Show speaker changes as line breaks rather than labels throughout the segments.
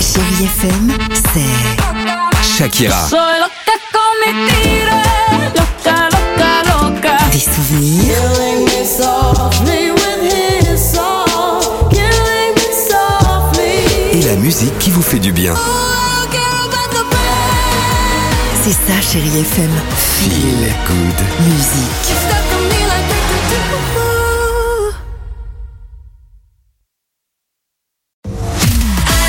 Chérie FM, c'est
Shakira,
Soy loca con mi tiro, loca, loca, loca.
des souvenirs,
Me with his song, killing me softly.
et la musique qui vous fait du bien.
Oh, quiero back the bed.
c'est ça Chérie FM,
Feel good.
musique.
You're stuck on me like we could do.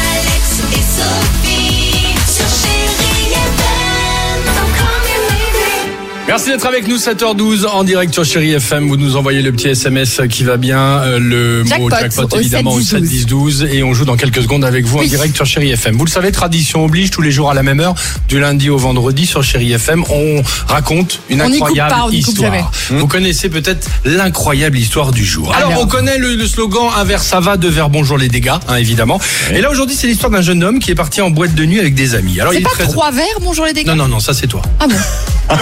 Alex et Sophie sur Chérie FM. Don't call me maybe.
Merci d'être avec nous 7h12 en direct sur Chéri FM. Vous nous envoyez le petit SMS qui va bien, euh, le
Jackpot,
mot jackpot
au
évidemment au 7 10 12 et on joue dans quelques secondes avec vous en direct sur Chéri FM. Vous le savez, tradition oblige tous les jours à la même heure, du lundi au vendredi sur Chéri FM, on raconte une
On n'y coupe
incroyable
pas, on n'y coupe jamais. Ah,
histoire. Vous connaissez peut-être l'incroyable histoire du jour. Alors,
Alors.
on connaît le, le slogan un verre ça va, deux verres bonjour les dégâts, hein, évidemment. Et là aujourd'hui, c'est l'histoire d'un jeune homme qui est parti en boîte de nuit avec des amis. Alors
C'est
il est
pas
très-
trois verres, bonjour les dégâts
Non non non, ça c'est toi.
Ah bon Je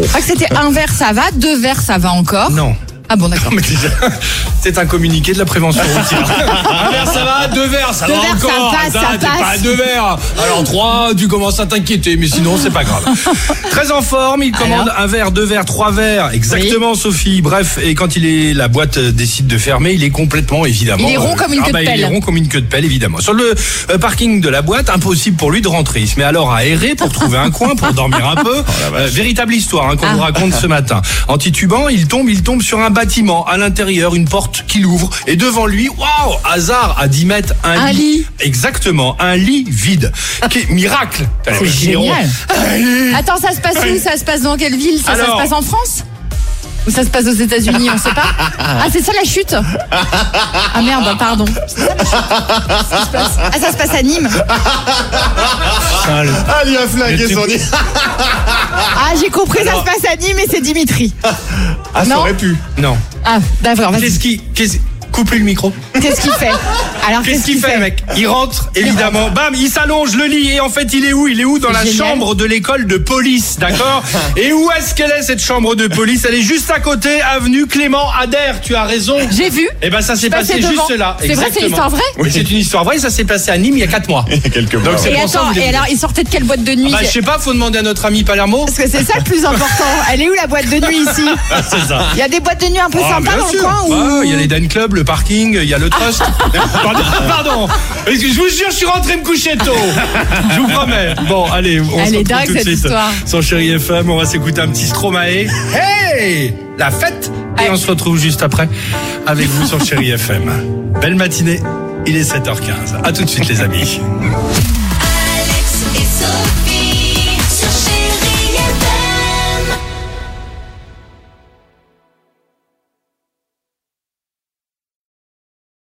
crois Ah, que c'était un verre, ça va, deux verres, ça va encore.
Non.
Ah bon, d'accord.
Mais déjà, C'est un communiqué de la prévention routière. un verre, ça va Deux verres, ça
Deux
va
verres, ça
encore
passe, ça
t'es
passe.
pas à deux verres Alors trois, tu commences à t'inquiéter, mais sinon, c'est pas grave. Très en forme, il commande un verre, deux verres, trois verres. Exactement, Sophie. Bref, et quand il est la boîte euh, décide de fermer, il est complètement, évidemment...
Il est rond
euh,
comme une
ah
queue de
bah, Il est
pelle.
rond comme une queue de pelle, évidemment. Sur le euh, parking de la boîte, impossible pour lui de rentrer. Il se met alors à errer pour trouver un coin, pour dormir un peu. Euh, véritable histoire hein, qu'on vous raconte ce matin. En titubant, il tombe, il tombe sur un bâtiment. À l'intérieur, une porte qui l'ouvre. Et devant lui, waouh, hasard, à 10 mètres, un,
Un lit.
Exactement, un lit vide. Quel miracle
C'est génial.
Un lit.
Attends, ça se passe où Ça se passe dans quelle ville ça, ça se
Alors.
passe en France Ou ça se passe aux États-Unis On sait pas. Ah, c'est ça la chute Ah merde, pardon. C'est ça, la chute Ça se passe- Ah, ça se passe à Nîmes.
Sale.
Ah, il a flingué
Mais tu-
son nid.
Ah, j'ai compris, ça se passe à Nîmes et c'est Dimitri.
Ah, ça
Non.
aurait pu.
Non.
Ah, d'accord, vas-y.
Qu'est-ce qui... Qu'est-ce... Coupez le micro.
Qu'est-ce qu'il fait Alors,
Qu'est-ce qu'il fait, mec Il rentre, évidemment. Bam, il s'allonge le lit. Et en fait, il est où Il est où Dans la
Génial.
chambre de l'école de police, d'accord Et où est-ce qu'elle est, cette chambre de police Elle est juste à côté, avenue Clément Adair. Tu as raison.
J'ai vu.
Eh ben, ça s'est
passé
passé
devant.
juste là.
C'est vrai, c'est une
Exactement.
histoire vraie
Oui, c'est une histoire vraie. Ça s'est passé à Nîmes il y a 4 mois.
Il y a quelques mois.
Donc,
ouais.
c'est-
Et
pour ça que
attends,
vous
et
avez-
alors, il sortait de quelle boîte de nuit
Bah, je sais pas, faut demander à notre ami Palermo.
Parce que c'est ça le plus important. Elle est où la boîte de nuit ici
C'est ça.
Il y a des boîtes de nuit un peu
Ah,
sympas
bien
dans le
sûr.
coin
Ah,
ou
Il y a les Dan Club, le parking, il y a le Trust. pardon, pardon. Parce que je vous jure, je suis rentré me coucher tôt. Je vous promets. Bon, allez, on
Elle
se
est
retrouve
dingue,
tout de
cette
suite.
histoire.
Sans chéri FM, on va s'écouter un petit Stromae. Hey La fête Et
Ouais.
on se retrouve juste après avec vous sur chéri FM. Belle matinée, il est 7h15. À tout de suite, les amis.